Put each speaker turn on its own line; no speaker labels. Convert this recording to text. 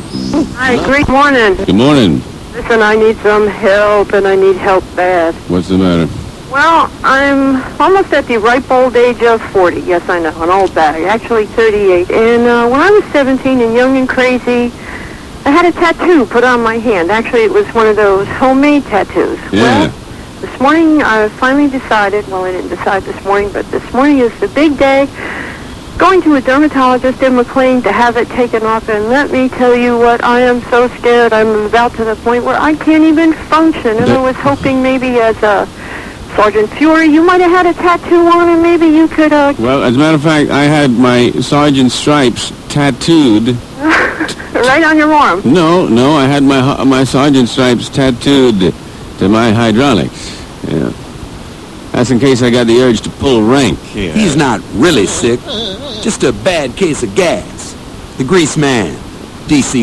Hello?
Hi, good morning.
Good morning.
Listen, I need some help, and I need help bad.
What's the matter?
Well, I'm almost at the ripe old age of 40. Yes, I know, an old bag. Actually, 38. And uh, when I was 17 and young and crazy, I had a tattoo put on my hand. Actually, it was one of those homemade tattoos.
Yeah.
Well, this morning I finally decided, well, I didn't decide this morning, but this morning is the big day. Going to a dermatologist in McLean to have it taken off, and let me tell you what, I am so scared. I'm about to the point where I can't even function, and I was hoping maybe as a Sergeant Fury, you might have had a tattoo on, and maybe you could, uh,
Well, as a matter of fact, I had my sergeant stripes tattooed.
right on your arm.
No, no, I had my hu- my sergeant stripes tattooed to my hydraulics. Yeah. That's in case I got the urge to pull rank. Yeah.
He's not really sick. Just a bad case of gas. The grease man. DC